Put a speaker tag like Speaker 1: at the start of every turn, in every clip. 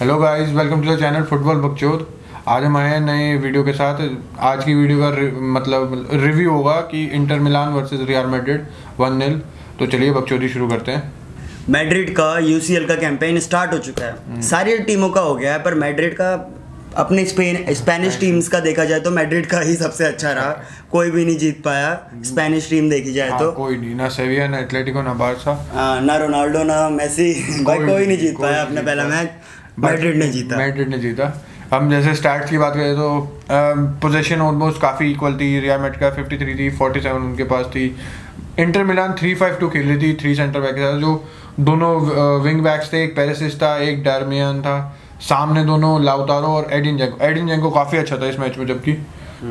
Speaker 1: Hello guys welcome to the channel football बकचोद आज हम आए हैं नए वीडियो के साथ आज की वीडियो का रि- मतलब रिव्यू होगा कि Inter Milan versus Real Madrid one nil तो चलिए बकचोदी शुरू करते हैं
Speaker 2: मैड्रिड का यूसीएल का कैंपेन स्टार्ट हो चुका है सारी टीमों का हो गया है पर मैड्रिड का अपने स्पेन स्पेनिश टीम्स का देखा जाए तो मैड्रिड का ही सबसे अच्छा रहा कोई भी नहीं जीत पाया स्पेनिश टीम देखी जाए
Speaker 1: हाँ,
Speaker 2: तो
Speaker 1: कोई नहीं ना सेविया ना एटलेटिको ना बारसा
Speaker 2: आ, ना रोनाल्डो ना मेसी भाई कोई नहीं जीत पाया अपना पहला मैच मैड्रिड ने जीता
Speaker 1: मैड्रिड ने जीता हम जैसे स्टार्ट की बात करें तो पोजीशन ऑलमोस्ट काफ़ी इक्वल थी रियल मैट का 53 थी 47 उनके पास थी इंटर मिलान 352 खेल रही थी थ्री सेंटर बैक के साथ जो दोनों विंग बैक्स थे एक पेरिसिस था एक डारमियान था सामने दोनों लाउतारो और एडिन जेंको एडिन जेंको काफ़ी अच्छा था इस मैच में जबकि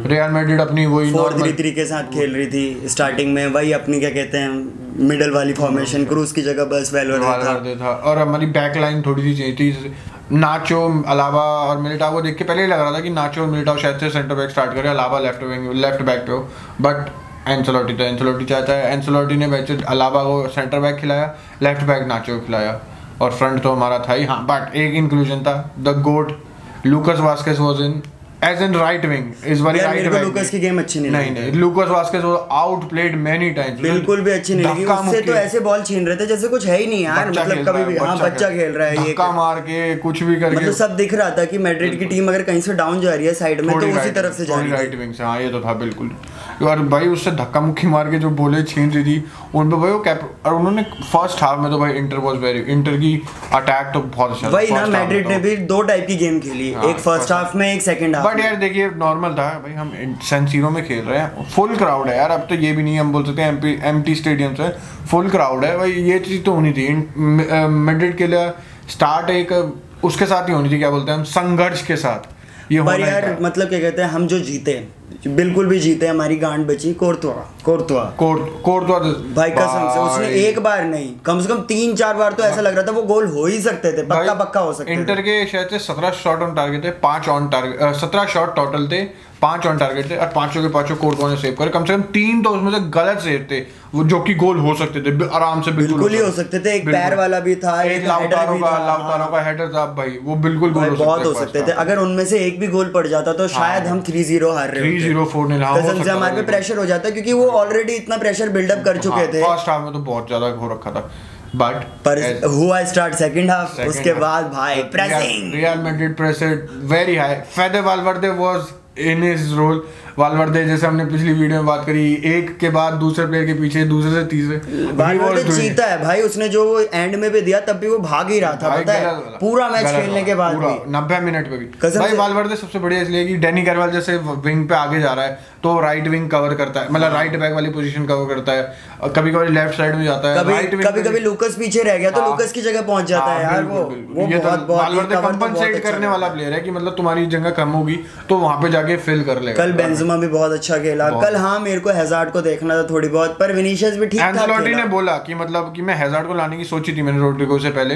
Speaker 1: रियल मैड्रिड अपनी वही
Speaker 2: फोर थ्री
Speaker 1: normal-
Speaker 2: थ्री के साथ खेल रही थी स्टार्टिंग में वही अपनी क्या कहते हैं मिडल वाली फॉर्मेशन क्रूज की जगह बस वेलोर था
Speaker 1: वाला था और हमारी बैक लाइन थोड़ी सी चेंज थी नाचो अलावा और मिलिटाओ को देख के पहले ही लग रहा था कि नाचो और मिलिटाओ शायद से सेंटर बैक स्टार्ट करे Alaba left wing left back पे हो बट एंसोलॉटी था एंसोलॉटी चाहता है एंसोलॉटी ने मैच अलावा को सेंटर बैक खिलाया लेफ्ट बैक नाचो को खिलाया और फ्रंट तो हमारा था ही हाँ बट एक इंक्लूजन था the GOAT Lucas Vazquez was in as an right wing इस बार
Speaker 2: यार, मेरे
Speaker 1: राइट
Speaker 2: को लूकस की गेम अच्छी नहीं
Speaker 1: नहीं
Speaker 2: लगी।
Speaker 1: नहीं Lucas Vazquez was outplayed many times
Speaker 2: बिल्कुल भी अच्छी नहीं लगी उससे तो ऐसे बॉल छीन रहे थे जैसे कुछ है ही नहीं यार
Speaker 1: बच्चा
Speaker 2: मतलब
Speaker 1: खेल
Speaker 2: कभी
Speaker 1: रहा है,
Speaker 2: भी हाँ बच्चा खेल रहा है ये तो-
Speaker 1: धक्का मार के कुछ भी करके
Speaker 2: मतलब सब दिख रहा था कि मैड्रिड की टीम अगर कहीं से डाउन जा रही है साइड में तो
Speaker 1: थोड़ी
Speaker 2: उसी
Speaker 1: right-
Speaker 2: तरफ से जा
Speaker 1: थोड़ी
Speaker 2: रही
Speaker 1: राइट विंग से हाँ ये तो था बिल्कुल और भाई उससे धक्का मुक्की मार के जो बोले छीन रही थी उन पे भाई वो कैप और उन्होंने फर्स्ट हाफ में तो भाई इंटर वाज वेरी इंटर की अटैक तो बहुत अच्छा
Speaker 2: थी
Speaker 1: था,
Speaker 2: वही ना
Speaker 1: first half
Speaker 2: मैड्रिड
Speaker 1: में
Speaker 2: ने
Speaker 1: तो।
Speaker 2: भी दो टाइप की गेम खेली
Speaker 1: हाँ,
Speaker 2: एक फर्स्ट
Speaker 1: first
Speaker 2: हाफ में एक सेकंड हाफ
Speaker 1: बट यार देखिए नॉर्मल था भाई हम सेंसीरो में खेल रहे हैं फुल क्राउड है यार अब तो ये भी नहीं हम बोल सकते M P M T stadium से फुल क्राउड है भाई ये चीज़ तो होनी थी मेड्रिड के लिए स्टार्ट एक उसके साथ ही होनी थी क्या बोलते हैं हम संघर्ष के साथ ये
Speaker 2: पर
Speaker 1: होना ही
Speaker 2: यार
Speaker 1: था।
Speaker 2: मतलब क्या कहते हैं हम जो जीते बिल्कुल भी जीते हमारी गांड बची कोर्तवा कोर्तवा
Speaker 1: कोर कोर तो
Speaker 2: भाई कसम से उसने एक बार नहीं कम से कम तीन चार बार तो ऐसा लग रहा था वो गोल हो ही सकते थे पक्का पक्का हो सकते थे
Speaker 1: हाँ। इंटर के शायद से सत्रह शॉट ऑन टारगेट थे पांच ऑन टारगेट सत्रह शॉट टोटल थे पांच ऑन टारगेट थे और पांचों के पांचों कोर्टों ने सेव करे कम से कम तीन तो उसमें से गलत सेव थे वो जो कि गोल हो सकते थे बि- आराम से बिल्कुल
Speaker 2: बिल्कुल ही हो सकते थे एक
Speaker 1: बिल्कुल।
Speaker 2: पैर वाला भी था
Speaker 1: एक लाउटारो
Speaker 2: header
Speaker 1: का
Speaker 2: था, हाँ।
Speaker 1: लाउटारो का हेडर था भाई वो बिल्कुल गोल
Speaker 2: भाई
Speaker 1: हो सकते
Speaker 2: बहुत हो सकते थे अगर उनमें से एक भी गोल पड़ जाता
Speaker 1: हाँ।
Speaker 2: तो शायद हम थ्री जीरो हार रहे
Speaker 1: थ्री
Speaker 2: होते।
Speaker 1: जीरो फोर ने हाँ, हो
Speaker 2: कसम से
Speaker 1: सकता हाँ,
Speaker 2: हमारे पे
Speaker 1: था।
Speaker 2: प्रेशर हो जाता क्योंकि वो ऑलरेडी इतना प्रेशर बिल्डअप कर चुके थे
Speaker 1: फर्स्ट हाफ में तो बहुत ज्यादा हो रखा था बट
Speaker 2: पर हुआ स्टार्ट सेकंड हाफ
Speaker 1: Second
Speaker 2: उसके
Speaker 1: half.
Speaker 2: बाद भाई
Speaker 1: Real-
Speaker 2: pressing
Speaker 1: Real Madrid pressed very high. Fede Valverde was in his role. Valverde जैसे हमने पिछली वीडियो में बात करी एक के बाद दूसरे प्लेयर के पीछे दूसरे से तीसरे He was doing it.
Speaker 2: जीता तो है भाई उसने जो वो एंड में भी दिया तब भी वो भाग ही रहा था
Speaker 1: भाई
Speaker 2: पता
Speaker 1: गलत वाला,
Speaker 2: है पूरा मैच
Speaker 1: गलत
Speaker 2: खेलने
Speaker 1: वाला,
Speaker 2: के बाद
Speaker 1: पूरा,
Speaker 2: भी
Speaker 1: 90 मिनट में भी
Speaker 2: कसम
Speaker 1: भाई
Speaker 2: से-
Speaker 1: वालवर्दे सबसे बढ़िया इसलिए कि डेनी करवाल जैसे विंग पे आगे जा रहा है तो राइट विंग कवर करता है
Speaker 2: हाँ।
Speaker 1: मतलब राइट बैक वाली पोजीशन कवर करता है और कभी कभी लेफ्ट साइड में जाता है
Speaker 2: कभी
Speaker 1: राइट विंग
Speaker 2: कभी कभी लूकस पीछे रह गया तो
Speaker 1: हाँ।
Speaker 2: लूकस की जगह पहुंच जाता है यार वो वो
Speaker 1: ये
Speaker 2: बहुत
Speaker 1: तो
Speaker 2: बहुत ये
Speaker 1: वालवर्दे
Speaker 2: cover तो बहुत
Speaker 1: कंपनसेट
Speaker 2: अच्छा
Speaker 1: करने
Speaker 2: था।
Speaker 1: वाला प्लेयर है कि मतलब तुम्हारी जगह कम होगी तो वहां पे जाके फिल कर लेगा
Speaker 2: कल बेंजुमा भी बहुत अच्छा खेला
Speaker 1: बहुत।
Speaker 2: कल हाँ मेरे को हैजार्ड को देखना था थोड़ी बहुत पर विनीशियस भी ठीक ठाक
Speaker 1: एंसलोटी
Speaker 2: खेला
Speaker 1: ने बोला कि मतलब कि मैं हैजार्ड को लाने की सोची थी मैंने रोड्रिगो से पहले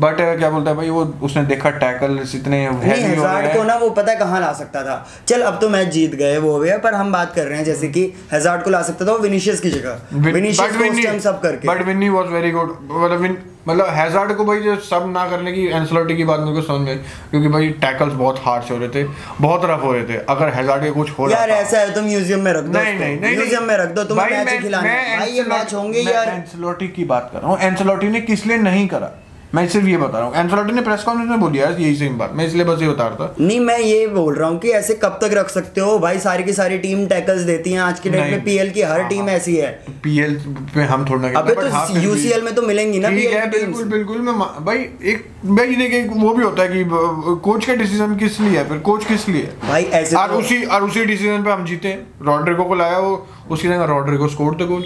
Speaker 1: बट क्या बोलता है भाई वो उसने देखा टैकल इतने
Speaker 2: नहीं
Speaker 1: heavy हो रहे
Speaker 2: हजार
Speaker 1: हैं।
Speaker 2: को ना वो पता है कहाँ ला सकता था चल अब तो मैच जीत गए वो हो गया पर हम बात कर रहे हैं जैसे कि हजार को ला सकता था वो विनीशियस की जगह विनीशियस को उस टाइम सब करके
Speaker 1: but Vinny was very good मतलब विन- मतलब हैजार्ड को भाई जो सब ना करने की एंसलोटी की बात मेरे को समझ में आई क्योंकि भाई टैकल्स बहुत हार्ड हो रहे थे बहुत रफ हो रहे थे अगर हैजार्ड के कुछ हो
Speaker 2: यार
Speaker 1: रहा था
Speaker 2: ऐसा है तुम म्यूजियम में रख दो
Speaker 1: नहीं नहीं नहीं
Speaker 2: म्यूजियम में रख दो तुम
Speaker 1: भाई,
Speaker 2: मैच
Speaker 1: मैं-
Speaker 2: खिलाना
Speaker 1: मैं
Speaker 2: भाई ये मैच
Speaker 1: एंसेलोटी-
Speaker 2: होंगे
Speaker 1: मैं
Speaker 2: यार
Speaker 1: एंसेलोटी की बात कर रहा हूँ एंसेलोटी ने किस लिए नहीं करा मैं सिर्फ ये बता रहा हूँ एंसेलोटी ने प्रेस कॉन्फ्रेंस में बोली यार यही सेम बात मैं इसलिए बस ये बता रहा था
Speaker 2: नहीं मैं ये बोल रहा हूँ कि ऐसे कब तक रख सकते हो भाई सारी की सारी टीम टैकल्स देती हैं आज के डेट
Speaker 1: नहीं।
Speaker 2: में पीएल की हर
Speaker 1: हाँ,
Speaker 2: टीम
Speaker 1: हाँ।
Speaker 2: ऐसी है
Speaker 1: पीएल पे हम थोड़ा ना खेलते,
Speaker 2: अबे तो
Speaker 1: but हाँ, फिर भी-
Speaker 2: यूसीएल में तो मिलेंगी ना
Speaker 1: ठीक
Speaker 2: PL
Speaker 1: है
Speaker 2: की
Speaker 1: बिल्कुल
Speaker 2: teams।
Speaker 1: बिल्कुल मैं मा- भाई एक भाई देखिए एक वो भी होता है कि कोच का डिसीजन किस लिए है फिर कोच किस लिए है
Speaker 2: भाई ऐसे
Speaker 1: और
Speaker 2: तो-
Speaker 1: उसी और उसी डिसीजन पे हम जीते रॉड्रिगो को लाया वो उसकी जगह Rodrigo score the goal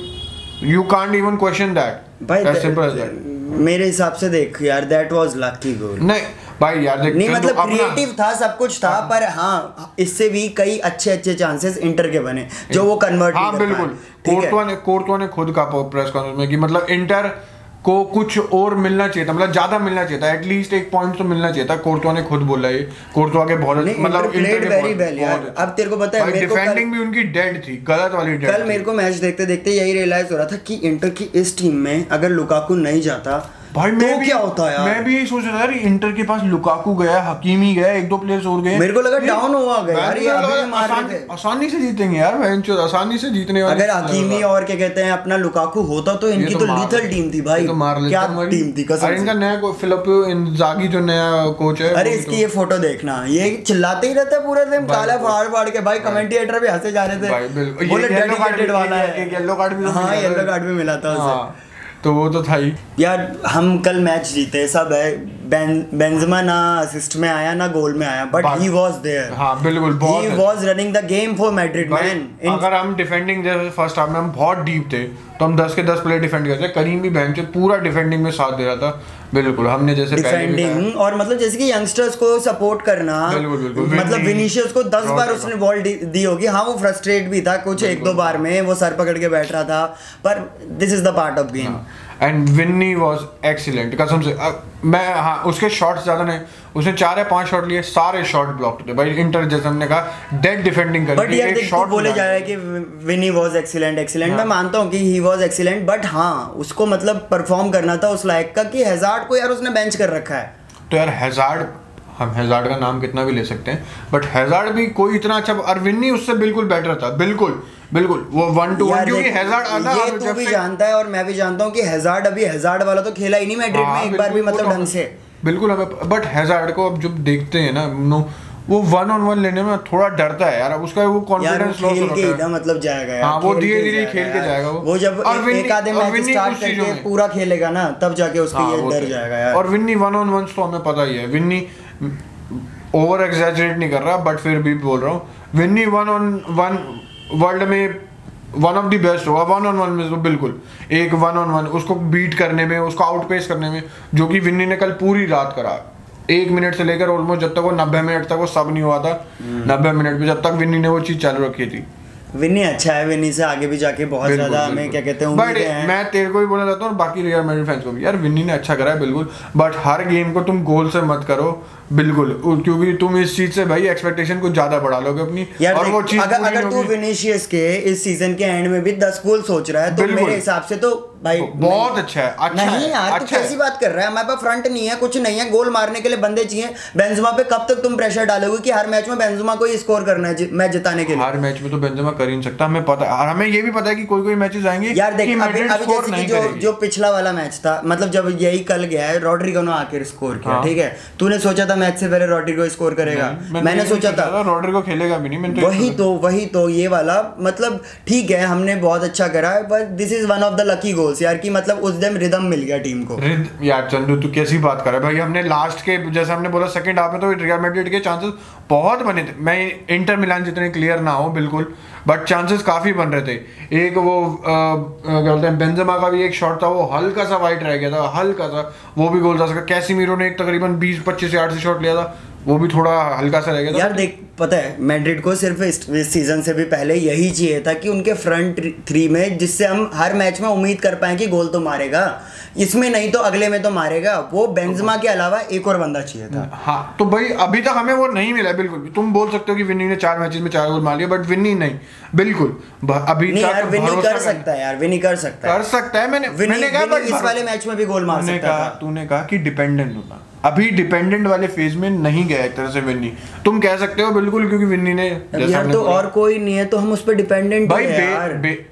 Speaker 1: you can't even question that
Speaker 2: भाई
Speaker 1: एज सिंपल एज दैट
Speaker 2: मेरे हिसाब से देख यार दैट वाज लकी गोल
Speaker 1: नहीं भाई यार देख
Speaker 2: नहीं
Speaker 1: फिर
Speaker 2: मतलब
Speaker 1: तो अपना-
Speaker 2: क्रिएटिव था सब कुछ था पर हाँ इससे भी कई अच्छे अच्छे चांसेस इंटर के बने जो वो कन्वर्ट
Speaker 1: हाँ बिल्कुल
Speaker 2: ठीक है
Speaker 1: कोर्टवा ने कोर्टवा ने खुद कहा प्रेस कॉन्फ्रेंस में कि मतलब इंटर को कुछ और मिलना चाहिए था मतलब ज्यादा मिलना चाहिए था एटलीस्ट एक पॉइंट तो मिलना चाहिए था कोर्टवा ने खुद बोला ये कोर्टवा के बहुत मतलब
Speaker 2: नहीं, Inter played
Speaker 1: के
Speaker 2: very
Speaker 1: बहुत-
Speaker 2: well यार।
Speaker 1: बहुत-
Speaker 2: अब तेरे को पता है,
Speaker 1: भाई
Speaker 2: मेरे को कल-
Speaker 1: डिफेंडिंग भी उनकी डेड थी गलत वाली डेड
Speaker 2: कल मेरे को मैच देखते देखते यही रियलाइज हो रहा था कि इंटर की इस टीम में अगर लुकाकू नहीं जाता
Speaker 1: भाई मैं
Speaker 2: तो
Speaker 1: भी
Speaker 2: क्या होता है यार?
Speaker 1: मैं भी यही सोच रहा था यार इंटर के पास लुकाकू गया हकीमी गया एक दो प्लेयर्स और गए
Speaker 2: मेरे को लगा डाउन हुआ गया यार,
Speaker 1: यार
Speaker 2: ये अभी मार रहे
Speaker 1: आसान,
Speaker 2: थे।
Speaker 1: आसानी से जीतेंगे यार वेंचर आसानी से जीतने वाले
Speaker 2: अगर हकीमी और क्या कहते हैं अपना लुकाकू होता तो इनकी तो,
Speaker 1: मार-
Speaker 2: लीथल टीम थी भाई
Speaker 1: ये तो मार लेते
Speaker 2: क्या
Speaker 1: हमारी।
Speaker 2: टीम थी कसम
Speaker 1: अरे
Speaker 2: से।
Speaker 1: इनका नया फिलिपियो इंजागी जो नया कोच है
Speaker 2: अरे
Speaker 1: वो भी
Speaker 2: इसकी ये फोटो देखना ये चिल्लाते ही रहता है पूरा दिन
Speaker 1: तो। भाई,
Speaker 2: ताला फाड़ फाड़ के भाई कमेंटिएटर भी हंसे जा रहे
Speaker 1: भाई,
Speaker 2: थे
Speaker 1: बिल्कुल। ये
Speaker 2: बोले
Speaker 1: येलो कार्ड
Speaker 2: डेडिकेटेड
Speaker 1: भी-
Speaker 2: वाला
Speaker 1: ये-
Speaker 2: है
Speaker 1: ये येलो कार्ड भी
Speaker 2: हाँ
Speaker 1: मिला था।
Speaker 2: येलो कार्ड भी मिला था
Speaker 1: तो-
Speaker 2: उसे
Speaker 1: हाँ तो वो तो था ही
Speaker 2: यार हम कल मैच जीते सब है बेन, बेंजमा ना असिस्ट में आया ना गोल में आया but
Speaker 1: But-
Speaker 2: he was there
Speaker 1: हाँ बिल्कुल बहुत
Speaker 2: ही
Speaker 1: अच्छा।
Speaker 2: Was running the game for Madrid
Speaker 1: भाई,
Speaker 2: मैन इन
Speaker 1: अगर हम डिफेंडिंग जैसे फर्स्ट हाफ में हम बहुत डीप थे तो हम 10 के 10 प्लेयर डिफेंड करते थे। करीम भी बैंक पूरा डिफेंडिंग में साथ दे रहा था बिल्कुल हमने जैसे पहले भी कहा।
Speaker 2: डिफेंडिंग और मतलब जैसे कि यंगस्टर्स को सपोर्ट करना
Speaker 1: बिल्कुल, बिल्कुल।
Speaker 2: मतलब
Speaker 1: Vinny,
Speaker 2: विनीशियस को 10 बार
Speaker 1: Rodrigo।
Speaker 2: उसने बॉल दी दी होगी हाँ वो फ्रस्ट्रेट भी था कुछ एक दो बार में वो सर पकड़ के बैठ रहा था पर this is the part of game
Speaker 1: हाँ। एंड विन्नी वॉज एक्सीलेंट कसम से अब मैं हाँ उसके शॉट्स ज़्यादा नहीं उसने चार या पांच शॉट लिए सारे शॉट ब्लॉक थे भाई इंटर जैसे हमने कहा डेड डिफेंडिंग
Speaker 2: बट
Speaker 1: करके
Speaker 2: यार
Speaker 1: एक हाँ।
Speaker 2: देख तू
Speaker 1: शॉट
Speaker 2: बोले जा रहा है कि विनी वाज एक्सीलेंट एक्सीलेंट मैं मानता हूँ कि ही वाज एक्सीलेंट बट हाँ उसको मतलब परफॉर्म करना था उस लायक का कि हेजार्ड को यार उसने बेंच कर रखा है
Speaker 1: तो यार हैजार्ड हम हैजार्ड का नाम कितना भी ले सकते हैं बट हैजार्ड भी कोई इतना अच्छा और विन्नी उससे बिल्कुल बेटर था बिल्कुल बिल्कुल वो वन टू वन
Speaker 2: यार
Speaker 1: तो क्योंकि
Speaker 2: देख,
Speaker 1: हैजार्ड आधा
Speaker 2: ये तू भी जानता है और मैं भी जानता हूँ कि हेजार्ड अभी हेजार्ड वाला तो खेला ही नहीं मैड्रिड
Speaker 1: हाँ,
Speaker 2: में एक बार भी
Speaker 1: तो
Speaker 2: मतलब ढंग से
Speaker 1: बिल्कुल हमें बट हैजार्ड को अब जब देखते हैं ना नो वो वन ऑन वन लेने में थोड़ा डरता है यार अब उसका वो
Speaker 2: यार वो
Speaker 1: कॉन्फिडेंस लॉस
Speaker 2: खेल
Speaker 1: हो
Speaker 2: के
Speaker 1: रहा
Speaker 2: इतना
Speaker 1: है
Speaker 2: मतलब जाएगा यार
Speaker 1: हाँ, वो
Speaker 2: खेल
Speaker 1: धीरे-धीरे ही खेल के
Speaker 2: यार।
Speaker 1: जाएगा वो।
Speaker 2: वो जब
Speaker 1: और
Speaker 2: एक-
Speaker 1: विन्नी-
Speaker 2: एक आधे
Speaker 1: और
Speaker 2: मैच
Speaker 1: विन्नी
Speaker 2: स्टार्ट
Speaker 1: कुछ चीजों
Speaker 2: करके
Speaker 1: में।
Speaker 2: पूरा खेलेगा ना तब जाके उसके
Speaker 1: हाँ,
Speaker 2: ये
Speaker 1: वो
Speaker 2: डर
Speaker 1: तो-
Speaker 2: जाएगा यार
Speaker 1: और विन्नी वन ऑन वन तो हमें पता ही है विन्नी ओवर एग्जैजरेट नहीं कर रहा बट फिर भी बोल रहा हूँ Vinny one on one world में वन ऑफ द बेस्ट होगा वन ऑन वन में तो बिल्कुल एक वन ऑन वन उसको बीट करने में उसको आउटपेस करने में जो कि विन्नी ने कल पूरी रात करा एक मिनट से लेकर ऑलमोस्ट जब तक वो नब्बे मिनट तक वो सब नहीं हुआ था
Speaker 2: हम्म।
Speaker 1: नब्बे मिनट में जब तक विन्नी ने वो चीज़ चालू रखी थी
Speaker 2: विनी अच्छा है विनी से आगे भी जाके बहुत
Speaker 1: बिल्कुल,
Speaker 2: ज्यादा हमें
Speaker 1: बिल्कुल।
Speaker 2: क्या कहते हैं
Speaker 1: But
Speaker 2: उम्मीदें हैं
Speaker 1: मैं तेरे को भी बोलना चाहता हूँ और बाकी रियल मैड्रिड फैंस को भी यार विन्नी ने अच्छा करा है बिल्कुल बट हर गेम को तुम गोल से मत करो बिल्कुल उ- क्योंकि तुम इस चीज से भाई एक्सपेक्टेशन कुछ ज्यादा बढ़ा लोगे अपनी
Speaker 2: यार
Speaker 1: और
Speaker 2: देख,
Speaker 1: वो चीज
Speaker 2: अगर अगर तू विनीशियस के इस सीजन के एंड में भी 10 गोल सोच रहा है तो
Speaker 1: बिल्कुल।
Speaker 2: मेरे हिसाब से तो भाई
Speaker 1: बहुत अच्छा है, अच्छा
Speaker 2: नहीं
Speaker 1: है,
Speaker 2: यार तू
Speaker 1: अच्छा है।
Speaker 2: कैसी बात कर रहा है हमारे पास फ्रंट नहीं है कुछ नहीं है गोल मारने के लिए बंदे चाहिए बेंजेमा पे कब तक तुम प्रेशर डालोगे कि हर मैच में बेंजेमा को ही स्कोर करना है जि- मैच जिताने के लिए
Speaker 1: हर मैच में तो बेंजेमा कर ही नहीं सकता हमें पता है और हमें ये भी पता है कि कोई कोई मैचेस आएंगे
Speaker 2: यार
Speaker 1: कि
Speaker 2: देख अभी
Speaker 1: मैड्रिड
Speaker 2: अभी
Speaker 1: स्कोर
Speaker 2: जैसे कि
Speaker 1: नहीं
Speaker 2: जो
Speaker 1: करेगी
Speaker 2: जो पिछला वाला मैच था मतलब जब यही कल गया है रॉड्रिगो ने आकर स्कोर किया
Speaker 1: हाँ।
Speaker 2: ठीक है तूने सोचा था मैच से पहले रॉड्रिगो स्कोर करेगा
Speaker 1: मैंने
Speaker 2: मैंने
Speaker 1: ये
Speaker 2: सोचा था
Speaker 1: रॉड्रिगो खेलेगा भी नहीं मैंने तो ये
Speaker 2: वही
Speaker 1: सोचा
Speaker 2: तो वही तो ये वाला मतलब ठीक है हमने बहुत अच्छा करा है पर this is one of the lucky goals यार कि मतलब उस दिन रिदम मिल गया टीम को
Speaker 1: रिद यार चंदू तू कैसी बात कर रहा है भाई हमने लास्ट के जैसे हमने बोला सेकंड हाफ में तो रियल मैड्रिड के चांसेस बहुत बने थे मैं इंटर मिलान जितने क्लियर ना हो बिल्कुल बट चांसेस काफी बन रहे थे एक वो अ, अ, क्या बोलते हैं बेंजेमा का भी एक शॉट था वो हल्का सा वाइट रह गया था हल्का सा वो भी गोल जा सका कैसीमीरो ने एक तकरीबन 20 25 यार्ड से शॉट लिया था वो भी थोड़ा हल्का सा रह गया था
Speaker 2: यार देख पता है मैड्रिड को सिर्फ इस, इस सीजन से भी पहले यही चाहिए था कि उनके फ्रंट थ्री में जिससे हम हर मैच में उम्मीद कर पाए कि गोल तो मारेगा इसमें नहीं तो अगले में तो मारेगा वो बेंजमा के अलावा एक और बंदा चाहिए था
Speaker 1: हाँ तो भाई अभी तक हमें वो नहीं मिला बिल्कुल तुम बोल सकते हो कि विन्नी ने चार मैचेस में चार गोल मार लिए बट विन्नी नहीं बिल्कुल भ- अभी
Speaker 2: नहीं
Speaker 1: तक
Speaker 2: यार विनी
Speaker 1: हम्म। भरोसा
Speaker 2: कर
Speaker 1: करना-
Speaker 2: सकता है यार विनी कर सकता है
Speaker 1: कर सकता है मैंने
Speaker 2: विनी
Speaker 1: मैंने कहा
Speaker 2: विनी
Speaker 1: बट
Speaker 2: इस वाले मैच में भी गोल मार
Speaker 1: तूने
Speaker 2: सकता
Speaker 1: कहा
Speaker 2: था
Speaker 1: तूने कहा कि डिपेंडेंट होना अभी डिपेंडेंट वाले फेज में नहीं गया एक तरह से विन्नी तुम कह सकते हो बिल्कुल क्योंकि विन्नी ने
Speaker 2: अब
Speaker 1: जैसा
Speaker 2: यार
Speaker 1: हमने
Speaker 2: तो
Speaker 1: बोला-
Speaker 2: और कोई नहीं है तो हम उस पर डिपेंडेंट
Speaker 1: भाई
Speaker 2: है
Speaker 1: बे,
Speaker 2: यार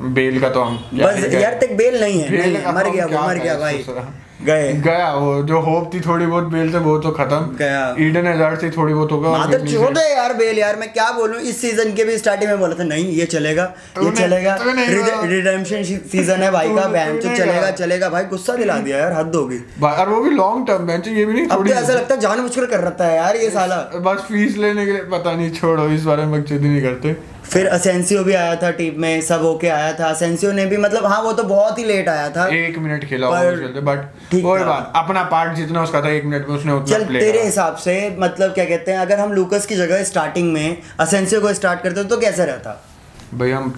Speaker 1: बे, बेल का तो हम क्या
Speaker 2: बस
Speaker 1: ही कहें।
Speaker 2: यार तक बेल नहीं है
Speaker 1: बेल
Speaker 2: नहीं,
Speaker 1: का
Speaker 2: मर
Speaker 1: हम
Speaker 2: गया वो
Speaker 1: क्या
Speaker 2: मर गया
Speaker 1: कहें,
Speaker 2: भाई
Speaker 1: सोचो।
Speaker 2: गए
Speaker 1: गया वो जो होप थी थोड़ी बहुत बेल से वो तो खत्म
Speaker 2: गया।
Speaker 1: ईडन हजार से थोड़ी बहुत होगा और
Speaker 2: माधव
Speaker 1: विन्नी से-
Speaker 2: छोड़ दे यार बेल यार मैं क्या बोलूं इस सीजन के भी स्टार्टिंग में बोला था नहीं ये चलेगा ये
Speaker 1: तूने-
Speaker 2: चलेगा
Speaker 1: तूने ही बोला।
Speaker 2: रिडेम्पशन सीजन है भाई का
Speaker 1: तूने-
Speaker 2: बैम
Speaker 1: तूने
Speaker 2: चलेगा
Speaker 1: कहा।
Speaker 2: चलेगा भाई गुस्सा दिला दिया यार हद होगी
Speaker 1: भाई, और वो भी लॉन्ग टर्म बेंच ये भी नहीं
Speaker 2: अब
Speaker 1: थोड़ी
Speaker 2: तो ऐसा लगता है जानबूझकर कर रहा है यार ये साला
Speaker 1: बस फीस लेने के लिए पता नहीं छोड़ो इस बारे में बकचोदी नहीं करते
Speaker 2: फिर असेंसियो भी आया था टीम में सब होके आया था असेंसियो ने भी मतलब हाँ वो तो बहुत ही लेट आया था
Speaker 1: एक मिनट खेला
Speaker 2: पर
Speaker 1: बट
Speaker 2: ठीक
Speaker 1: कोई
Speaker 2: था।
Speaker 1: बात अपना पार्ट जितना उसका था एक मिनट में उसने उतना
Speaker 2: चल
Speaker 1: play
Speaker 2: तेरे
Speaker 1: करा।
Speaker 2: हिसाब से मतलब क्या कहते हैं अगर हम लूकस की जगह स्टार्टिंग में असेंसियो को स्टार्ट करते तो कैसा रहता
Speaker 1: भाई हम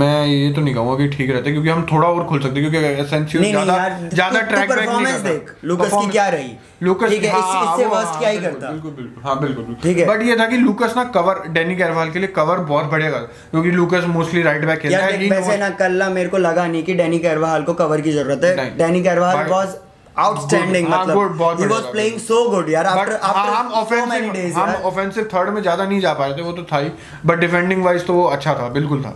Speaker 1: मैं ये तो नहीं कहूंगा कि ठीक रहता है, क्योंकि हम थोड़ा और खुल सकते हैं, क्योंकि एसेंशियल
Speaker 2: नहीं नहीं
Speaker 1: ज्यादा
Speaker 2: यार
Speaker 1: ज्यादा
Speaker 2: तू- तू
Speaker 1: ट्रैक बैक नहीं
Speaker 2: performance
Speaker 1: करता
Speaker 2: देख लूकस की
Speaker 1: Performance-
Speaker 2: क्या रही
Speaker 1: लूकस
Speaker 2: ठीक है
Speaker 1: हाँ,
Speaker 2: इस- इससे
Speaker 1: वो-
Speaker 2: वर्स्ट
Speaker 1: हाँ,
Speaker 2: क्या ही
Speaker 1: बिल्कुल,
Speaker 2: करता
Speaker 1: बिल्कुल बिल्कुल हाँ बिल्कुल
Speaker 2: ठीक है।
Speaker 1: बट ये था कि लूकस ना कवर डैनी कैरवाल के लिए कवर बहुत बढ़िया करता है, क्योंकि लूकस मोस्टली राइट बैक खेलता
Speaker 2: यार
Speaker 1: है
Speaker 2: देख
Speaker 1: he
Speaker 2: वैसे
Speaker 1: knows-
Speaker 2: ना कल ना मेरे को लगा नहीं कि डैनी कैरवाल को कवर की जरूरत है
Speaker 1: नहीं।
Speaker 2: Dani Carvajal
Speaker 1: But-
Speaker 2: was outstanding
Speaker 1: Good, हाँ,
Speaker 2: मतलब
Speaker 1: good, बहुत
Speaker 2: ही
Speaker 1: बढ़िया
Speaker 2: वाज
Speaker 1: था।
Speaker 2: प्लेइंग सो गुड यार
Speaker 1: बट
Speaker 2: आफ्टर आफ्टर
Speaker 1: हम ऑफेंसिव
Speaker 2: डेज
Speaker 1: हम ऑफेंसिव थर्ड में ज़्यादा नहीं जा पा रहे थे वो तो था ही बट डिफेंडिंग वाइज तो वो अच्छा था बिल्कुल था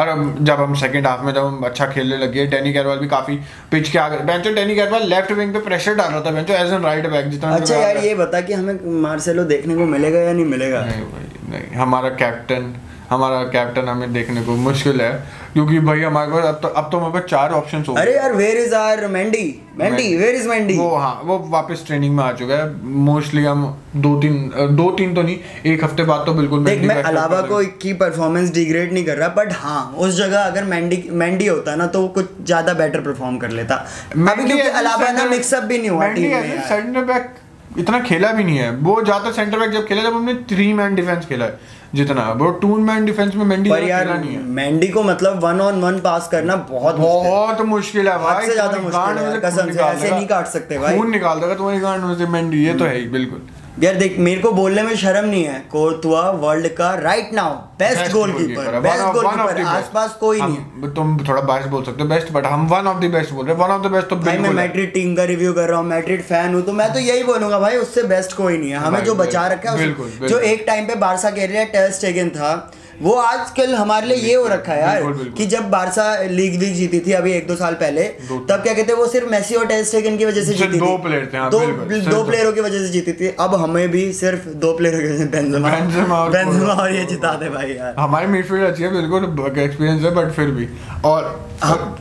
Speaker 1: और हम- जब हम सेकंड हाफ में जब हम अच्छा खेलने लगे डेनी कैरवाल भी काफी पिच के आगे बेंचो डेनी कैरवाल लेफ्ट विंग पे प्रेशर डाल रहा था बेंचो एज एन राइट बैक जितना
Speaker 2: अच्छा यार ये बता कि हमें मार्सेलो देखने को मिलेगा या नहीं मिलेगा
Speaker 1: नहीं भाई नहीं हमारा कैप्टन हमारा कैप्टन हमें देखने को मुश्किल है क्योंकि भाई हमारे पास अब तो अब तो हमारे पास चार ऑप्शन हो गए।
Speaker 2: अरे यार where is our Mendy Mendy where is Mendy
Speaker 1: वो हाँ वो वापस ट्रेनिंग में आ चुका है मोस्टली हम दो तीन अ, दो तीन तो नहीं एक हफ्ते बाद तो बिल्कुल
Speaker 2: देख
Speaker 1: Mendy
Speaker 2: मैं
Speaker 1: का expect
Speaker 2: अलावा
Speaker 1: कर
Speaker 2: को की परफॉर्मेंस डिग्रेड नहीं कर रहा बट हाँ उस जगह अगर मैंडी मैंडी होता ना तो वो कुछ ज्यादा बेटर परफॉर्म कर लेता अभी क्योंकि अलावा ना मिक्सअप भी नहीं हुआ टीम में यार।
Speaker 1: सेंटर बैक इतना खेला भी नहीं है वो ज्यादा सेंटर बैक जब खेला जब हमने थ्री मैन डिफेंस खेला है जितना वो टू मैन डिफेंस में मेंडी
Speaker 2: पर
Speaker 1: ज्यादा
Speaker 2: यार
Speaker 1: खेला नहीं है
Speaker 2: मैंडी को मतलब वन ऑन वन पास करना बहुत मुश्किल है।
Speaker 1: बहुत मुश्किल है भाई
Speaker 2: हद से ज्यादा
Speaker 1: तुम्हारी
Speaker 2: मुश्किल
Speaker 1: गांड
Speaker 2: है,
Speaker 1: में से
Speaker 2: कसम
Speaker 1: खून निकाल
Speaker 2: से, ऐसे
Speaker 1: देगा।
Speaker 2: नहीं काट सकते भाई।
Speaker 1: खून निकाल देगा तुम्हारी गांड में से मेंडी ये तो है ही बिल्कुल
Speaker 2: यार देख मेरे को बोलने में शर्म नहीं है कोर्तुआ वर्ल्ड का right now best goalkeeper best goalkeeper आसपास कोई नहीं है
Speaker 1: नहीं तुम तो थोड़ा बायस बोल सकते हो बेस्ट बट हम वन ऑफ द बेस्ट बोल रहे हैं वन ऑफ द बेस्ट तो
Speaker 2: भाई मैं
Speaker 1: बिल्कुल है।
Speaker 2: मैड्रिड टीम का रिव्यू कर रहा हूँ मैड्रिड फैन हूँ तो मैं तो यही बोलूंगा भाई उससे बेस्ट कोई नहीं है हमें
Speaker 1: भाई,
Speaker 2: जो बचा
Speaker 1: बिल्कुल,
Speaker 2: रखा है
Speaker 1: बिल्कुल,
Speaker 2: उस-
Speaker 1: बिल्कुल।
Speaker 2: जो एक टाइम पे बारसा कह रही है टेस्ट स्टेगन था वो आजकल हमारे लिए ये हो रखा है यार
Speaker 1: बिल्कुल, बिल्कुल।
Speaker 2: कि जब बारसा लीग वीग जीती थी अभी एक दो साल पहले
Speaker 1: दो-
Speaker 2: तब क्या कहते हैं वो सिर्फ मेसी और टेस्ट स्टेगन की वजह से
Speaker 1: सिर्फ
Speaker 2: जीती
Speaker 1: दो
Speaker 2: थी।
Speaker 1: player थे, हाँ,
Speaker 2: दो
Speaker 1: बिल्कुल, सिर्फ
Speaker 2: दो
Speaker 1: दो।
Speaker 2: प्लेयरों की वजह से जीती थी अब हमें भी सिर्फ दो प्लेयरों की वजह से बेंजेमा
Speaker 1: बेंजेमा और
Speaker 2: बेंजेमा
Speaker 1: कोरो-
Speaker 2: और ये जिता दे भाई यार
Speaker 1: हमारे मिडफील्ड अच्छी है बिल्कुल एक्सपीरियंस है बट फिर भी और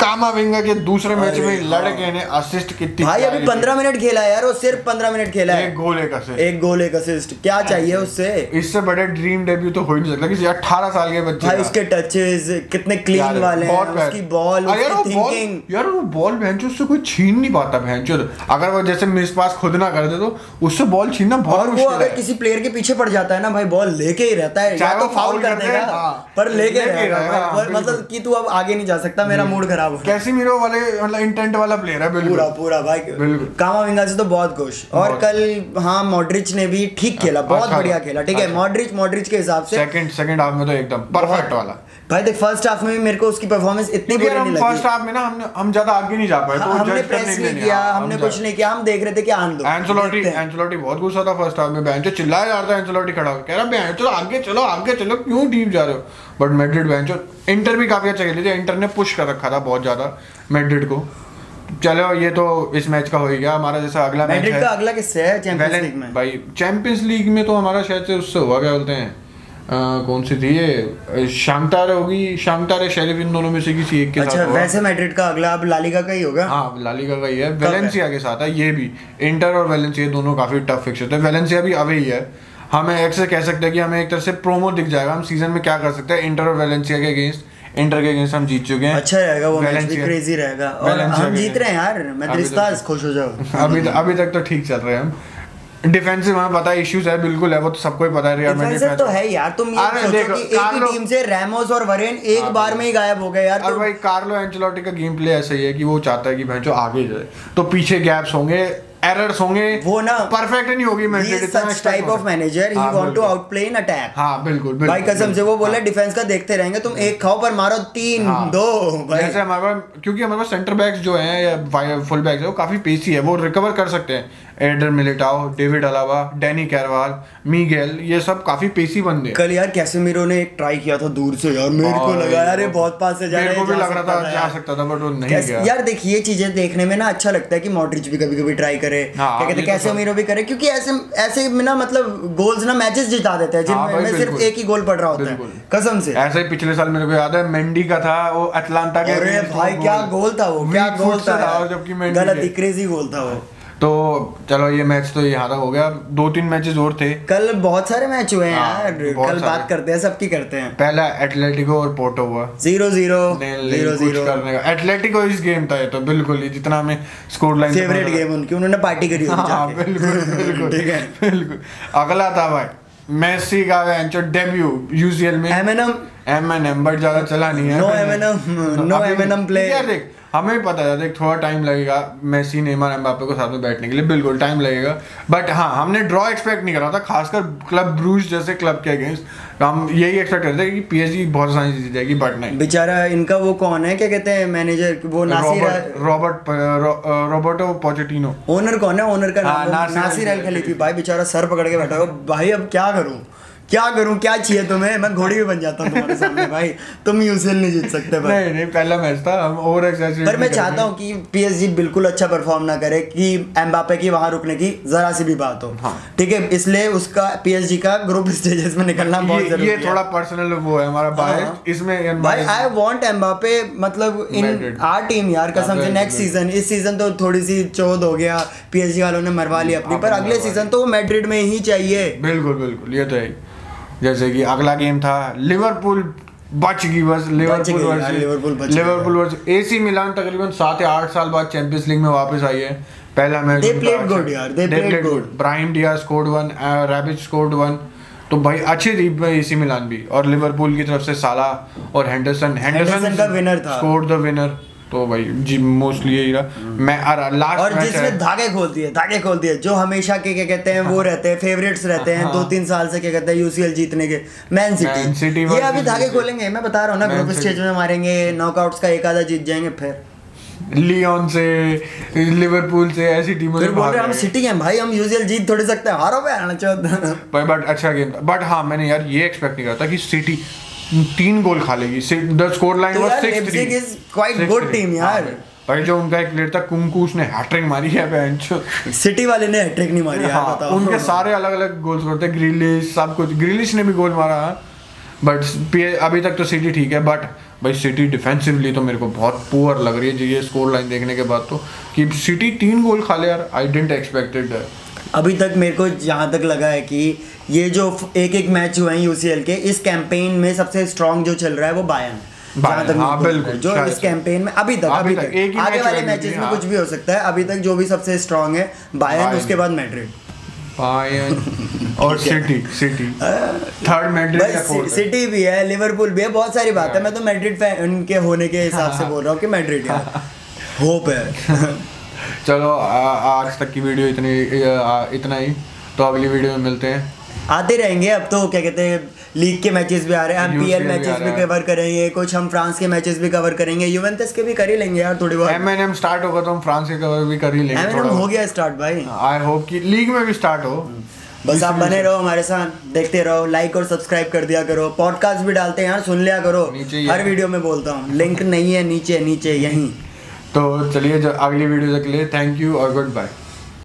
Speaker 1: कामाविंगा के दूसरे मैच
Speaker 2: हाँ। अरे
Speaker 1: में
Speaker 2: हाँ।
Speaker 1: लड़के ने असिस्ट कितनी
Speaker 2: भाई
Speaker 1: प्यारी
Speaker 2: अभी
Speaker 1: दी।
Speaker 2: पंद्रह मिनट खेला है यार वो सिर्फ पंद्रह मिनट खेला है
Speaker 1: एक गोल एक असिस्ट
Speaker 2: एक गोल एक असिस्ट क्या चाहिए उससे
Speaker 1: इससे बड़े ड्रीम डेब्यू तो हो ही नहीं सकता किसी 18 साल के बच्चे
Speaker 2: भाई
Speaker 1: का।
Speaker 2: उसके टचेस कितने क्लीन
Speaker 1: यार,
Speaker 2: वाले हैं
Speaker 1: बहुत प्यार।
Speaker 2: उसकी बॉल
Speaker 1: अरे यार वो
Speaker 2: उसकी
Speaker 1: बॉल
Speaker 2: थिंकिंग
Speaker 1: यार वो बॉल भैंचो उससे कोई छीन नहीं पाता भैंचो अगर वो जैसे मिस पास खुद ना कर दे तो उससे बॉल छीनना बहुत
Speaker 2: और वो
Speaker 1: मुश्किल
Speaker 2: अगर
Speaker 1: है
Speaker 2: किसी प्लेयर के पीछे पड़ जाता है ना भाई बॉल लेके ही रहता है या
Speaker 1: चाहे
Speaker 2: तो
Speaker 1: वो
Speaker 2: फाउल
Speaker 1: foul
Speaker 2: कर
Speaker 1: कर दे,
Speaker 2: देगा
Speaker 1: हाँ,
Speaker 2: पर लेके
Speaker 1: लेके रहेगा,
Speaker 2: रहेगा भाई।
Speaker 1: हाँ,
Speaker 2: पर
Speaker 1: बिल्कुल।
Speaker 2: मतलब कि तू अब आगे नहीं जा सकता मेरा मूड खराब हो गया।
Speaker 1: कैसीमीरो वाले मतलब इंटेंट वाला प्लेयर है
Speaker 2: पूरा
Speaker 1: बिल्कुल
Speaker 2: पूरा भाई
Speaker 1: बिल्कुल।
Speaker 2: कामाविंगा से तो बहुत खुश और
Speaker 1: बहुत।
Speaker 2: कल हाँ मॉड्रिच ने भी ठीक खेला बहुत
Speaker 1: अच्छा
Speaker 2: बढ़िया
Speaker 1: था,
Speaker 2: खेला ठीक है
Speaker 1: अच्छा।
Speaker 2: मॉड्रिच मॉड्रिच के हिसाब से
Speaker 1: सेकंड सेकंड हाफ में तो एकदम परफेक्ट वाला
Speaker 2: भाई देख फर्स्ट हाफ में भी मेरे को उसकी परफॉर्मेंस इतनी
Speaker 1: क्योंकि
Speaker 2: बुरी
Speaker 1: यार
Speaker 2: नहीं
Speaker 1: हम
Speaker 2: लगी
Speaker 1: फर्स्ट हाफ में ना हमने हम ज्यादा आगे नहीं जा पाए
Speaker 2: हाँ,
Speaker 1: तो
Speaker 2: हमने
Speaker 1: जज करने
Speaker 2: प्रेस
Speaker 1: के लिए
Speaker 2: नहीं
Speaker 1: नहीं
Speaker 2: किया
Speaker 1: हाँ,
Speaker 2: हमने
Speaker 1: हम
Speaker 2: कुछ
Speaker 1: judge-
Speaker 2: नहीं किया हम देख रहे थे कि आन दो
Speaker 1: एंसोलोटी
Speaker 2: देखते हैं।
Speaker 1: एंसोलोटी बहुत गुस्सा था फर्स्ट हाफ में बेंचो चिल्लाया जा रहा था एंसोलोटी खड़ा होकर। कह रहा बेंचो चलो आगे चलो आगे चलो क्यों डीप जा रहे हो बट मैड्रिड बेंचो इंटर भी काफी अच्छा खेली थी इंटर ने पुश कर रखा था बहुत ज्यादा मैड्रिड को चलो ये तो इस मैच का हो ही गया हमारा जैसा अगला मैच
Speaker 2: मैड्रिड
Speaker 1: है
Speaker 2: का अगला किससे है चैंपियंस
Speaker 1: वैलें-
Speaker 2: लीग में
Speaker 1: भाई चैंपियंस लीग में तो हमारा शायद से उससे हुआ क्या बोलते हैं अ, कौन सी थी ये शांतार होगी शांतार या शेरिफ इन दोनों में से किसी एक के
Speaker 2: अच्छा
Speaker 1: साथ हुआ
Speaker 2: वैसे मैड्रिड का अगला अब लालिगा का ही होगा
Speaker 1: तो- हाँ लालिगा का ही है वेलेंसिया के साथ है ये भी इंटर और वेलेंसिया दोनों काफी टफ फिक्चर थे वेलेंसिया भी अवे ही है हमें एक से कह सकते हैं कि हमें एक तरह से प्रोमो दिख जाएगा हम सीजन में क्या कर सकते हैं इंटर और वेलेंसिया के अगेंस्ट इंटर के अगेंस्ट हम जीत चुके हैं
Speaker 2: अच्छा रहेगा वो मैच भी
Speaker 1: Valencia-
Speaker 2: क्रेजी रहेगा और
Speaker 1: Valencia
Speaker 2: हम
Speaker 1: के
Speaker 2: जीत रहे हैं यार
Speaker 1: अभी तो
Speaker 2: मैद्रिस्ताज खुश हो जाओ
Speaker 1: अभी तक- अभी तक तो ठीक चल रहे हैं हम डिफेंसिव हमें पता है इश्यूज है बिल्कुल है वो तो सबको ही पता है रियल मैड्रिड
Speaker 2: डिफेंसर
Speaker 1: में
Speaker 2: तो है यार तुम ये
Speaker 1: अरे
Speaker 2: सोचो
Speaker 1: देखो,
Speaker 2: कि एक ही
Speaker 1: कार्लो-
Speaker 2: टीम से रैमोस और वरेन एक
Speaker 1: हाँ,
Speaker 2: बार में ही गायब हो गए यार
Speaker 1: और
Speaker 2: तो
Speaker 1: भाई कार्लो एंचेलोटी का गेम प्ले ऐसा ही है कि वो चाहता है कि भाई जो आगे जाए तो पीछे गैप्स होंगे एरर्स होंगे
Speaker 2: वो ना-
Speaker 1: परफेक्ट नहीं होगी Madrid
Speaker 2: such type of manager he want to outplay in attack
Speaker 1: हाँ बिल्कुल बिल्कुल
Speaker 2: भाई कसम से वो बोला
Speaker 1: हाँ।
Speaker 2: डिफेंस का देखते रहेंगे तुम एक खाओ पर मारो तीन
Speaker 1: हाँ।
Speaker 2: दो भाई
Speaker 1: जैसे हमारे पास क्योंकि हमारे पास सेंटर बैक्स जो हैं या फुल बैक्स है वो काफी पेसी है वो रिकवर कर सकते हैं Eder Militao David Alaba Dani Carvajal Miguel ये सब काफी पेसी बंदे हैं
Speaker 2: कल यार कैसेमिरो ने एक ट्राई किया था दूर से यार मेरे को
Speaker 1: और
Speaker 2: लगा यार ये बहुत पास से जा रहा
Speaker 1: मेरे
Speaker 2: है
Speaker 1: को भी
Speaker 2: जा
Speaker 1: लग रहा
Speaker 2: सकता
Speaker 1: था जा
Speaker 2: यार।
Speaker 1: सकता था बट वो नहीं
Speaker 2: कैसे-
Speaker 1: गया
Speaker 2: यार देखिए ये चीजें देखने में ना अच्छा लगता है कि मॉड्रिच भी कभी कभी ट्राई करे
Speaker 1: हाँ,
Speaker 2: क्या कहते
Speaker 1: ये
Speaker 2: हैं
Speaker 1: तो
Speaker 2: कैसे
Speaker 1: सब-
Speaker 2: भी करे क्योंकि ऐसे ऐसे में ना मतलब गोल्स ना मैचेस जिता देते हैं
Speaker 1: हाँ
Speaker 2: जिनमें
Speaker 1: भाई,
Speaker 2: में सिर्फ
Speaker 1: बिल्कुल।
Speaker 2: एक ही गोल पड़ रहा होता है
Speaker 1: बिल्कुल।
Speaker 2: कसम से
Speaker 1: ऐसे ही पिछले साल मेरे को याद है मेंडी का था वो अटलांटा के
Speaker 2: अरे
Speaker 1: against
Speaker 2: भाई
Speaker 1: वो
Speaker 2: क्या गोल था वो क्या
Speaker 1: Weak
Speaker 2: गोल
Speaker 1: foot से
Speaker 2: था यार।
Speaker 1: और जबकि मेंडी
Speaker 2: गलत
Speaker 1: के-
Speaker 2: ही क्रेजी गोल था वो
Speaker 1: तो चलो ये मैच तो यहाँ तक हो गया दो तीन मैचेस और थे
Speaker 2: कल बहुत सारे मैच हुए हैं
Speaker 1: हाँ,
Speaker 2: यार
Speaker 1: बहुत
Speaker 2: कल बात
Speaker 1: सारे।
Speaker 2: करते हैं सबकी करते हैं
Speaker 1: पहला एटलेटिको और पोर्टो हुआ
Speaker 2: जीरो जीरो
Speaker 1: नहीं,
Speaker 2: जीरो
Speaker 1: नहीं, कुछ
Speaker 2: जीरो
Speaker 1: करने का एटलेटिको इस गेम था ये तो बिल्कुल ही जितना हमें स्कोर लाइन
Speaker 2: फेवरेट गेम उनकी उन्होंने पार्टी करी होगी
Speaker 1: हाँ
Speaker 2: जाके।
Speaker 1: बिल्कुल बिल्कुल
Speaker 2: ठीक है
Speaker 1: बिल्कुल अगला था भाई मेसी का वेंचर डेब्यू यूसीएल में
Speaker 2: MNM
Speaker 1: M N M but ज्यादा चला नहीं है
Speaker 2: No M&M, no
Speaker 1: अभी-
Speaker 2: M&M play.
Speaker 1: यार देख हमें भी पता था देख थोड़ा टाइम लगेगा मेसी नेमार एम्बापे को साथ में बैठने के लिए बिल्कुल टाइम लगेगा बट हाँ हमने ड्रॉ एक्सपेक्ट नहीं करा था खासकर क्लब ब्रूज जैसे क्लब के अगेंस्ट हम यही एक्सपेक्ट करते थे कि पीएसजी बहुत आसानी से जीत जाएगी बट नहीं
Speaker 2: बेचारा इनका वो कौन है क्या कहते हैं मैनेजर वो
Speaker 1: रॉबर्ट
Speaker 2: नासिर
Speaker 1: रॉबर्ट रॉबर्टो पोचेटिनो
Speaker 2: ओनर कौन है ओनर का
Speaker 1: हाँ,
Speaker 2: नाम
Speaker 1: नासिर
Speaker 2: नासिर,
Speaker 1: अल
Speaker 2: नासिर अल
Speaker 1: खलीफी।
Speaker 2: खलीफी भाई बेचारा सर पकड़ के बैठा हुआ है, भाई अब क्या करूं क्या करूं क्या चाहिए तुम्हें मैं घोड़ी भी बन जाता हूं तुम्हारे सामने भाई तुम यूसीएल नहीं जीत सकते भाई
Speaker 1: नहीं नहीं पहला मैच था हम ओवर एक्सैजरेट
Speaker 2: पर मैं चाहता हूँ कि पीएसजी बिल्कुल अच्छा परफॉर्म ना करे कि एम्बापे की वहां रुकने की जरा सी भी बात हो
Speaker 1: हाँ।
Speaker 2: ठीक है इसलिए उसका पीएसजी का ग्रुप स्टेजेस में निकलना बहुत
Speaker 1: ये,
Speaker 2: जरूरी
Speaker 1: ये
Speaker 2: है
Speaker 1: थोड़ा पर्सनल वो है हमारा
Speaker 2: हाँ।
Speaker 1: बायस इसमें
Speaker 2: भाई आई वांट एम्बापे मतलब इन
Speaker 1: Madrid.
Speaker 2: आर टीम यार कसम से
Speaker 1: Madrid.
Speaker 2: नेक्स्ट सीजन इस सीजन तो थोड़ी सी चोद हो गया पीएसजी वालों ने मरवा लिया अपनी पर
Speaker 1: आपने
Speaker 2: अगले
Speaker 1: मरवा
Speaker 2: सीजन तो वो मैड्रिड में ही चाहिए
Speaker 1: बिल्कुल बिल्कुल ये तो है ही। जैसे कि अगला गेम था लिवरपूल बच गई बस लिवरपूल
Speaker 2: गई यार,
Speaker 1: वर्सेस
Speaker 2: लिवरपूल बच गई।
Speaker 1: लिवरपूल वर्सेस एसी मिलान तकरीबन सात या आठ साल बाद चैंपियंस लीग में वापस आई है पहला मैच
Speaker 2: They
Speaker 1: उनका
Speaker 2: played
Speaker 1: अच्छा-
Speaker 2: good यार, they played
Speaker 1: played
Speaker 2: good.
Speaker 1: good. Brahim Diaz scored one Rebic scored one तो भाई अच्छी लीग में एसी मिलान भी और लिवरपूल की तरफ से साला और हेंडरसन
Speaker 2: Henderson का winner था।
Speaker 1: स्कोर्ड द विनर तो भाई जी मोस्टली यही रहा मैं लास्ट
Speaker 2: हम्म। और जिसने धागे खोल दिए धागे खोल दिए जो हमेशा के क्या कहते हैं वो रहते हैं फेवरेट्स रहते हैं
Speaker 1: हाँ।
Speaker 2: दो तीन साल से क्या कहते हैं यूसीएल जीतने के मैन
Speaker 1: Man
Speaker 2: सिटी
Speaker 1: City
Speaker 2: ये
Speaker 1: versus
Speaker 2: अभी धागे
Speaker 1: Man City।
Speaker 2: खोलेंगे मैं बता रहा हूँ ना
Speaker 1: Man
Speaker 2: ग्रुप
Speaker 1: City।
Speaker 2: स्टेज में मारेंगे नॉकआउट्स का एक आधा जीत जाएंगे फिर
Speaker 1: लियोन से लिवरपूल से ऐसी टीमों से
Speaker 2: फिर बोल
Speaker 1: भाग
Speaker 2: रहे हैं, तो हम
Speaker 1: गए।
Speaker 2: सिटी हैं भाई हम यूसीएल जीत थोड़ी सकते हैं हारो पे आना चाहते
Speaker 1: पर बट अच्छा गेम था बट हाँ मैंने यार ये एक्सपेक्ट नहीं करा था कि सिटी तीन गोल खा लेगी द स्कोर लाइन
Speaker 2: तो
Speaker 1: वाज
Speaker 2: यार
Speaker 1: 6
Speaker 2: Leipzig is quite good team यार।
Speaker 1: हाँ, भाई जो उनका एक प्लेयर था कुंकूस ने हैट्रिक मारी है बेंच
Speaker 2: सिटी वाले ने हैट्रिक नहीं मारी यार
Speaker 1: हाँ,
Speaker 2: बताओ
Speaker 1: उनके सारे अलग अलग गोल स्कोर थे ग्रिलिश सब कुछ ग्रिलिश ने भी गोल मारा बट अभी तक तो सिटी ठीक है बट भाई सिटी डिफेंसिवली तो मेरे को बहुत पुअर लग रही है जी ये स्कोर लाइन देखने के बाद तो कि सिटी तीन गोल खा ले यार आई डिडंट एक्सपेक्टेड
Speaker 2: अभी तक मेरे को जहाँ तक लगा है कि ये जो एक एक मैच हुए हैं यूसीएल के इस कैंपेन में सबसे स्ट्रांग जो चल रहा है वो बायन
Speaker 1: बायन, हाँ, बिल्कुल,
Speaker 2: जो
Speaker 1: शायद
Speaker 2: इस
Speaker 1: से।
Speaker 2: कैंपेन में अभी तक अभी तक,
Speaker 1: एक ही
Speaker 2: आगे
Speaker 1: match
Speaker 2: वाले
Speaker 1: हुए हैं,
Speaker 2: मैचेस में
Speaker 1: हाँ।
Speaker 2: कुछ भी हो सकता है अभी तक जो भी सबसे स्ट्रांग है बायन
Speaker 1: बायन।
Speaker 2: उसके बाद मैड्रिड
Speaker 1: बायन और सिटी सिटी थर्ड मैड्रिड या
Speaker 2: भाई
Speaker 1: फोर्थ
Speaker 2: सिटी भी है लिवरपूल भी है बहुत सारी बात है मैं तो मैड्रिड फैन के होने के हिसाब से बोल रहा हूँ कि मैड्रिड यार होप है
Speaker 1: चलो आ- आज तक की वीडियो इतनी आ- इतना ही तो अगली वीडियो में मिलते हैं
Speaker 2: आते रहेंगे अब तो क्या कहते हैं लीग के मैचेस भी आ रहे हैं हम
Speaker 1: UCL
Speaker 2: पीएल
Speaker 1: भी आ
Speaker 2: मैचेस भी
Speaker 1: रहा है।
Speaker 2: कवर करेंगे कुछ हम फ्रांस के मैचेस भी कवर करेंगे यूवेंटस के भी कर ही लेंगे यार थोड़ी बहुत
Speaker 1: एम एन एम स्टार्ट होगा तो हम फ्रांस के कवर भी कर ही लेंगे
Speaker 2: एम
Speaker 1: थोड़ा हाँ।
Speaker 2: हो गया स्टार्ट भाई
Speaker 1: आई होप कि लीग में भी स्टार्ट हो
Speaker 2: बस आप बने रहो हमारे साथ देखते रहो लाइक और सब्सक्राइब कर दिया करो पॉडकास्ट भी डालते हैं यार सुन लिया करो
Speaker 1: नीचे ही
Speaker 2: हर
Speaker 1: है।
Speaker 2: वीडियो में बोलता हूँ लिंक नहीं है नीचे नीचे यहीं
Speaker 1: तो चलिए जो अगली वीडियो तक के लिए थैंक यू और गुड बाय